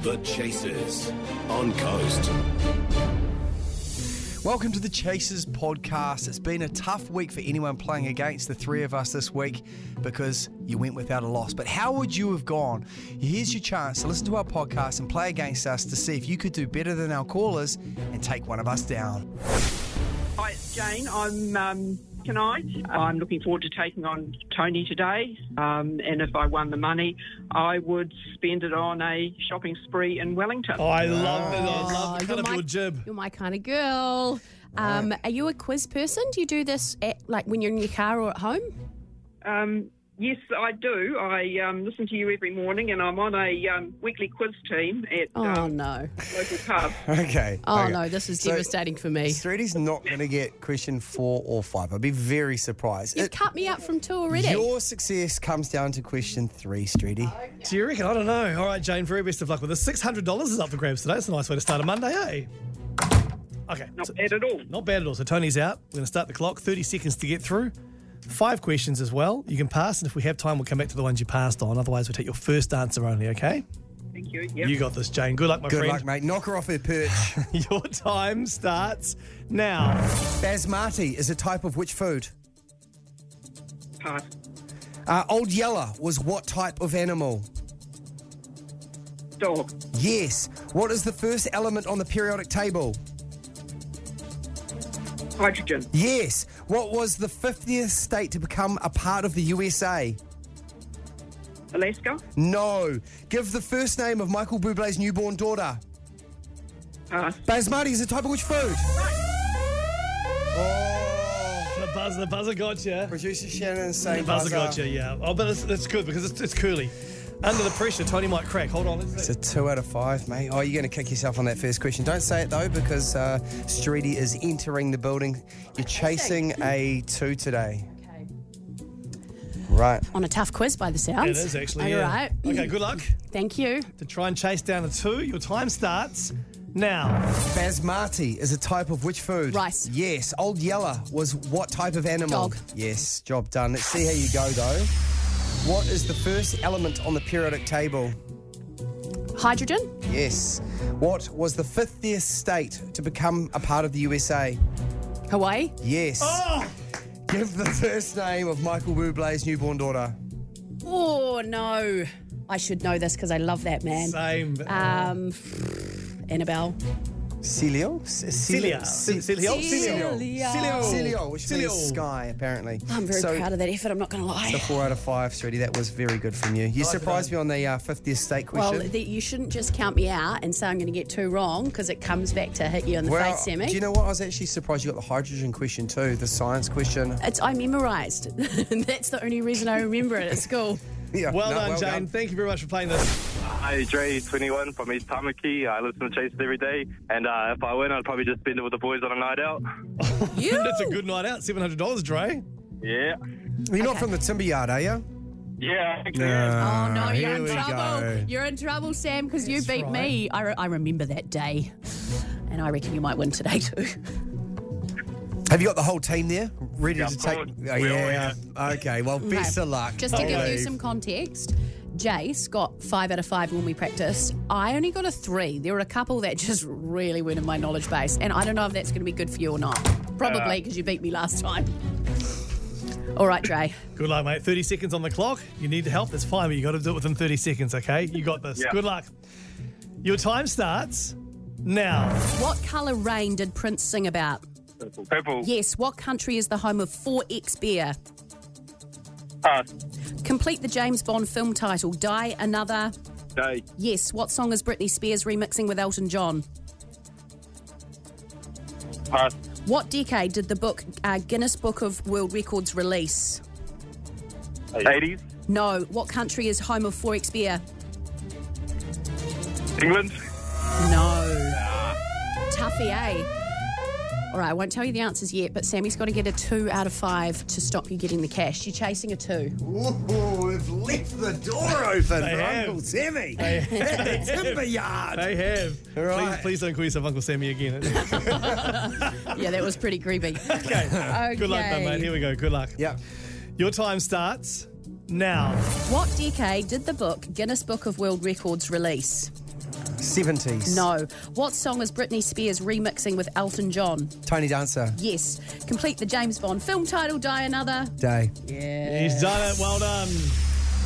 The Chasers on Coast. Welcome to the Chasers podcast. It's been a tough week for anyone playing against the three of us this week because you went without a loss. But how would you have gone? Here's your chance to listen to our podcast and play against us to see if you could do better than our callers and take one of us down. Hi, it's Jane. I'm um, tonight. I'm looking forward to taking on Tony today. Um, and if I won the money, I would spend it on a shopping spree in Wellington. I love it. I love Oh, you're the cut of my- your jib. You're my kind of girl. Um, Are you a quiz person? Do you do this at, like when you're in your car or at home? Um, yes, I do. I um, listen to you every morning, and I'm on a um, weekly quiz team at Oh um, no! local pub. Okay. Oh no! This is So- devastating for me. Streety's not going to get question four or five. I'd be very surprised. You've It- cut me out from two already. your success comes down to question three, Streety. Do you reckon? I don't know. All right, Jane, very best of luck with this. $600 is up for grabs today. It's a nice way to start a Monday, eh? Okay. Not so- bad at all. Not bad at all. So Tony's out. We're going to start the clock. 30 seconds to get through. Five questions as well. You can pass, and if we have time, we'll come back to the ones you passed on. Otherwise, we'll take your first answer only, okay? Thank you. Yep. You got this, Jane. Good luck, my Good luck, friend. mate. Knock her off her perch. Your time starts now. Basmati is a type of which food? Pass. Uh, Old Yeller was what type of animal? Dog. Yes. What is the first element on the periodic table? Hydrogen. Yes. What was the 50th state to become a part of the USA? Alaska. No. Give the first name of Michael Bublé's newborn daughter. Pass. Basmati is a type of which food? Oh. The buzzer, the buzzer got you. Producer Shannon is saying The buzzer got you, yeah. Oh, but it's, it's good because it's, it's curly. Under the pressure, Tony might crack. Hold on. It's Let's a two out of five, mate. Oh, you're going to kick yourself on that first question. Don't say it though, because uh, Streety is entering the building. You're chasing a two today, Okay. right? On a tough quiz by the sounds. It is actually. All yeah. right. Okay, good luck. Thank you. To try and chase down the two, your time starts now. Basmati is a type of which food? Rice. Yes. Old Yeller was what type of animal? Dog. Yes, job done. Let's see how you go though. What is the first element on the periodic table? Hydrogen. Yes. What was the 50th state to become a part of the USA? Hawaii. Yes. Oh! Give the first name of Michael Bublé's newborn daughter. Oh no! I should know this because I love that man. Same. Um, Annabelle. Celio? C- Celia. C- Celio. Celia. Celio, which means Celio. sky, apparently. I'm very So- proud of that effort. I'm not going to The lie. four out of five, Sreedy, that was very good from you. You surprised me on the uh, 50th state Well, question. the, you shouldn't just count me out and say I'm going to get two wrong because it comes back to hit you in the face, Sammy. do you know what? I was actually surprised you got the hydrogen question too, the science question. It's I memorised. That's the only reason I remember it at school. Yeah, Well no, done, Jane. Thank you very much for playing this. Hi, Dre, 21 from East Tamaki. I listen to Chasers every day, and uh, if I win, I'd probably just spend it with the boys on a night out. You. That's a good night out. $700, Dre. Yeah. You're not from the timber yard, are you? Yeah. actually, Oh Ah, no, you're Here in we trouble. go. You're in trouble, Sam, because you That's beat me. I, re- I remember that day, and I reckon you might win today too. Have you got the whole team there ready Yeah, to of take? course. Oh, We all yeah. Okay. Well, best Okay. of luck. Just to give you Dave. some context, Jace got five out of five when we practiced. I only got a three. There were a couple that just really weren't in my knowledge base, and I don't know if that's going to be good for you or not. Probably because you beat me last time. All right, Dre. Good luck, mate. 30 seconds on the clock. You need help, that's fine, but you got to do it within 30 seconds, okay? You got this. Yeah. Good luck. Your time starts now. What colour rain did Prince sing about? Purple. Yes. What country is the home of 4X Beer? Pass. Complete the James Bond film title, Die Another. Day. Yes. What song is Britney Spears remixing with Elton John? Pass. What decade did the book uh, Guinness Book of World Records release? 80s. No. What country is home of 4X Beer? England. No. Toughy, eh? All right, I won't tell you the answers yet, but Sammy's got to get a two out of five to stop you getting the cash. You're chasing a two. Ooh, we've left the door open for have. Uncle Timmy at the timber yard. They have. Right. Please, please don't call yourself Uncle Sammy again. Yeah, that was pretty greedy. okay. Good luck, though, Okay. mate. Here we go. Good luck. Yeah. Your time starts now. What decade did the book Guinness Book of World Records release? Seventies. No. What song is Britney Spears remixing with Elton John? Tony Dancer. Yes. Complete the James Bond film title, Die Another. Day. Yeah. He's done it. Well done.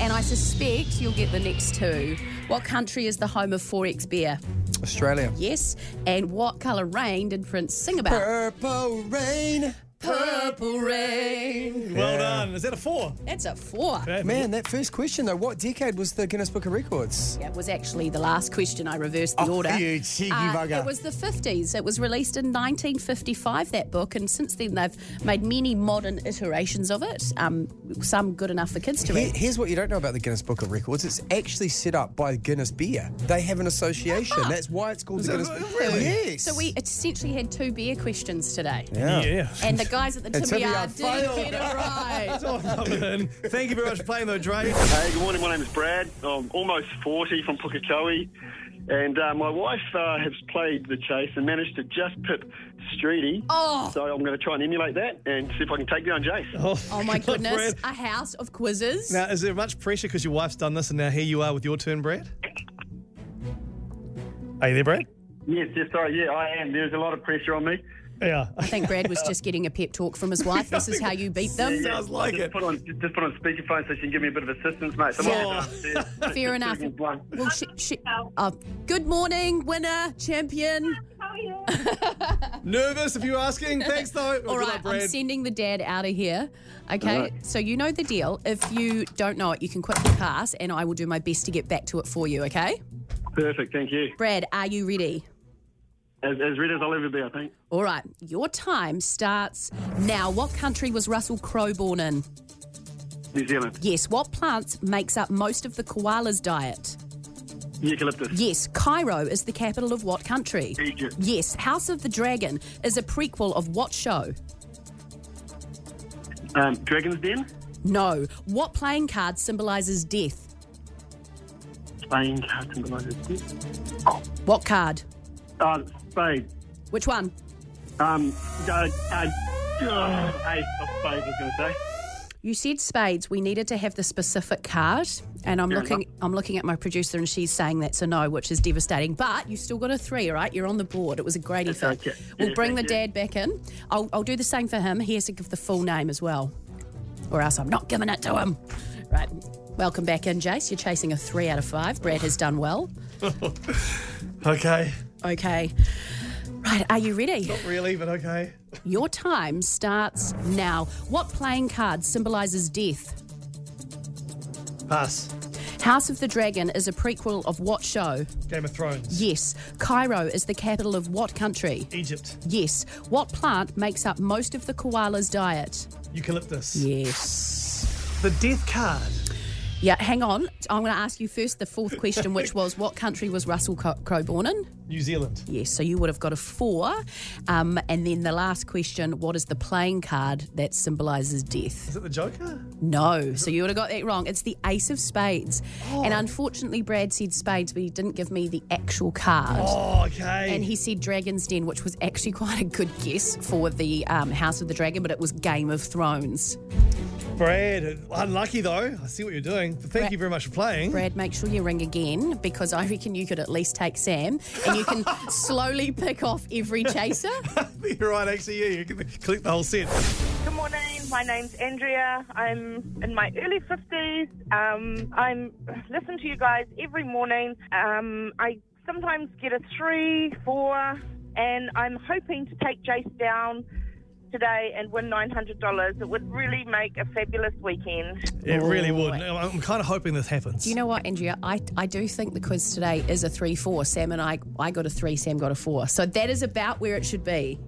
And I suspect you'll get the next two. What country is the home of 4X Beer? Australia. Yes. And what colour rain did Prince sing about? Purple rain. Purple rain. Well done. Is that a four? That's a four. Man, that first question though, what decade was the Guinness Book of Records? That was actually the last question. I reversed the Oh, order. Uh, you cheeky bugger. It was the 50s. It was released in 1955, that book, and since then they've made many modern iterations of it, um, some good enough for kids to Here- read. here's what you don't know about the Guinness Book of Records. It's actually set up by Guinness Beer. They have an association. That's why it's called the Guinness Book. Really? Yes. Ah! So we essentially had two beer questions today. Yeah. And the guys at the And Timmy Timmy Yard Yard did failed. get it right. Thank you very much for playing, though, Dre. Hey, good morning. My name is Brad. I'm almost 40 from Pukekohe. And uh, my wife uh, has played the chase and managed to just pip Streety. Oh. So I'm going to try and emulate that and see if I can take down Jace. Oh my Good luck, goodness, Brad. a house of quizzes. Now, is there much pressure because your wife's done this and now here you are with your turn, Brad? Are you there, Brad? Yes, yes, sorry. Yeah, I am. There's a lot of pressure on me. Yeah. I think Brad was just getting a pep talk from his wife. This is how you beat them. Sounds like just it. Put on, just put on speakerphone so she can give me a bit of assistance, mate. So I'm Yeah. all downstairs. Just- Fair just enough. doing one. Well, she, she, uh, good morning, winner, champion. Nervous if you're asking. Thanks, though. All Good right, luck, I'm Brad. sending the dad out of here. Okay, so you know the deal. If you don't know it, you can quickly pass, and I will do my best to get back to it for you. Okay, Perfect, thank you. Brad, are you ready? As, as red as I'll ever be, I think. All right, your time starts now. What country was Russell Crowe born in? New Zealand. Yes. What plant makes up most of the koala's diet? Eucalyptus. Yes. Cairo is the capital of what country? Egypt. Yes. House of the Dragon is a prequel of what show? Um, Dragon's Den. No. What playing card symbolizes death? Spain. Can't remember What card? Uh, Spain. Which one? Um, uh, uh, uh, ace of spades, I was going to say. You said spades. We needed to have the specific card, and I'm Yeah, looking. I'm looking at my producer, and she's saying that's a no, which is devastating. But you still got a three, all right? You're on the board. It was a great effort. okay. We'll Yeah, bring the thank you. dad back in. I'll, I'll do the same for him. He has to give the full name as well, or else I'm not giving it to him. Right. Welcome back in, Jace. You're chasing a three out of five. Brad has done well. Okay. Okay. Right. Are you ready? Not really, but okay. Your time starts now. What playing card symbolises death? Pass. House of the Dragon is a prequel of what show? Game of Thrones. Yes. Cairo is the capital of what country? Egypt. Yes. What plant makes up most of the koala's diet? Eucalyptus. Yes. The death card. Yeah, hang on. I'm going to ask you first the fourth question, which was what country was Russell Co- Crowe born in? New Zealand. Yes, so you would have got a four. Um, and then the last question what is the playing card that symbolises death? Is it the Joker? No, so you would have got that wrong. It's the Ace of Spades. And unfortunately, Brad said spades, but he didn't give me the actual card. Oh, okay. And he said Dragon's Den, which was actually quite a good guess for the um, House of the Dragon, but it was Game of Thrones. Brad, unlucky though. I see what you're doing. But thank you very much for playing. Brad, make sure you ring again because I reckon you could at least take Sam and you can slowly pick off every chaser. You're right, actually. Yeah, you can click the whole set. Good morning. My name's Andrea. I'm in my early 50s. Um, I'm listen to you guys every morning. Um, I sometimes get a three, four, and I'm hoping to take Jace down today and win $900. It would really make a fabulous weekend. It really would. No, I'm kind of hoping this happens. you know what, Andrea? I, I do think the quiz today is a 3 4. Sam and I, I got a 3, Sam got a 4. So that is about where it should be.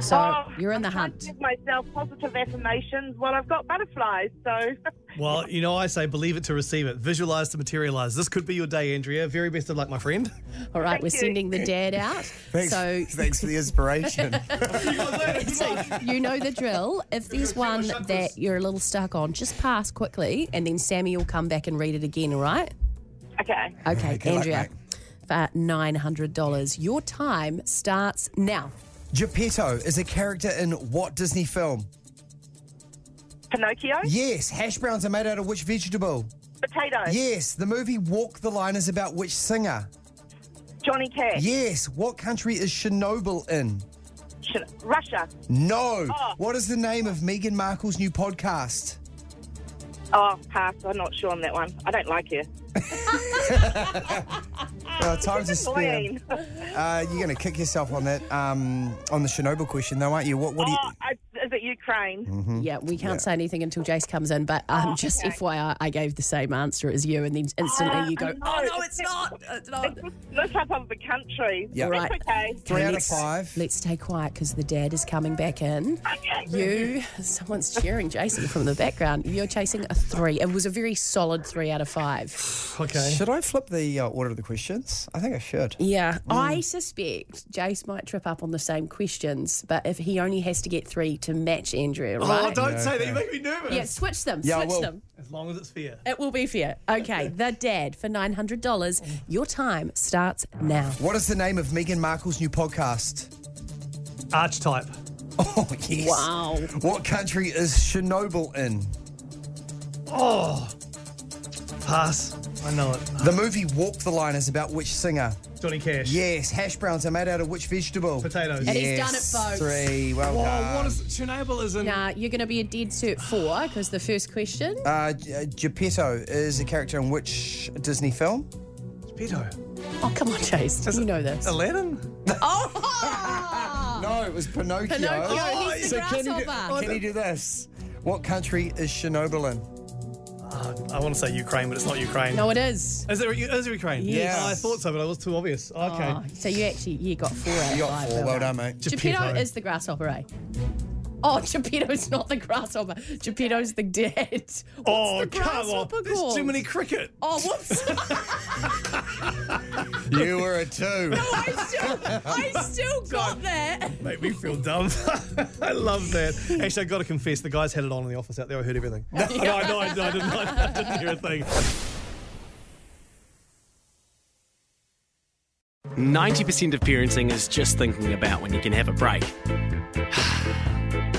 So Oh, you're in the I can't hunt. Give myself positive affirmations. Well, I've got butterflies, so well, you know, I say believe it to receive it, visualize to materialize. This could be your day, Andrea. Very best of luck, my friend. All right, we're you. sending the dad out. Thanks, So thanks for the inspiration. So you know the drill. If there's one that you're a little stuck on, just pass quickly, and then Sammy will come back and read it again. All right? okay. Okay, good luck, Andrea. for nine hundred dollars, your time starts now. Geppetto is a character in what Disney film? Pinocchio, Yes. Hash browns are made out of which vegetable? potato, Yes. The movie Walk the Line is about which singer? Johnny Eh. Cash. Yes. What country is Chernobyl in? Shit, Russia. No. Ah. Oh. What is the name of Meghan Markle's new podcast? Oh, pass. I'm not sure on that one. I don't like her. Ah, Uh, time to spare. Annoying. Uh, you're going to kick yourself on that um, on the Chernobyl question, though, aren't you? What? What do you? Uh, Mm-hmm. Oh, I, is it Ukraine? Hmm. Yeah, we can't say anything until Jace comes in, but um, Oh, just okay. FYI, I gave the same answer as you, and then instantly Ah, you go, I oh, know. no, it's not. It's not. It's just look up of the country. Yeah. It's Right. okay. Three out of Let's- five. Let's stay quiet because the dad is coming back in. You, someone's cheering Jason from the background. You're chasing a three. It was a very solid three out of five. Okay. Should I flip the uh, order of the questions? I think I should. Yeah, I suspect Jace might trip up on the same questions, but if he only has to get three to match Andrea, right? Oh, don't say that. You make me nervous. yeah, switch them. Yeah, I switch will. them. As long as it's fair. It will be fair. Okay, the dad for nine hundred dollars. Your time starts now. What is the name of Meghan Markle's new podcast? Archetype. Oh yes. Wow. What country is Chernobyl in? Oh. Pass. I know it. The movie Walk the Line is about which singer? Johnny Cash. Yes. Hash browns are made out of which vegetable? Potatoes. And And yes. he's done it, folks. Three. Well done. Oh, what is Chernobyl is in Nah, you're going to be a dead cert four because the first question. Uh, G- uh, Geppetto is a character in which Disney film? Speedo. Oh, come on, Chase. You know this. Aladdin? Oh! No, it was Pinocchio. Pinocchio, he's the so can you, Oh. do- grasshopper. can you do this? What country is Chernobyl in? Uh, I want to say Ukraine, but it's not Ukraine. No, it is. Is it, is it Ukraine? Yes. Oh, I thought so, but it was too obvious. Okay. Oh, so you actually you got four out of You got five. four. Well done, mate. Geppetto. is the grasshopper, eh? Oh, Geppetto's not the grasshopper. Geppetto's the dead. What's Oh, the come on. grasshopper There's called? too many cricket. Oh, whoops. You were a two. I still, I still got that. Make me feel dumb. I love that. Actually, i got to confess, the guys had it on in the office out there. I heard everything. no, no, no, I didn't, I didn't hear a thing. 90% of parenting is just thinking about when you can have a break.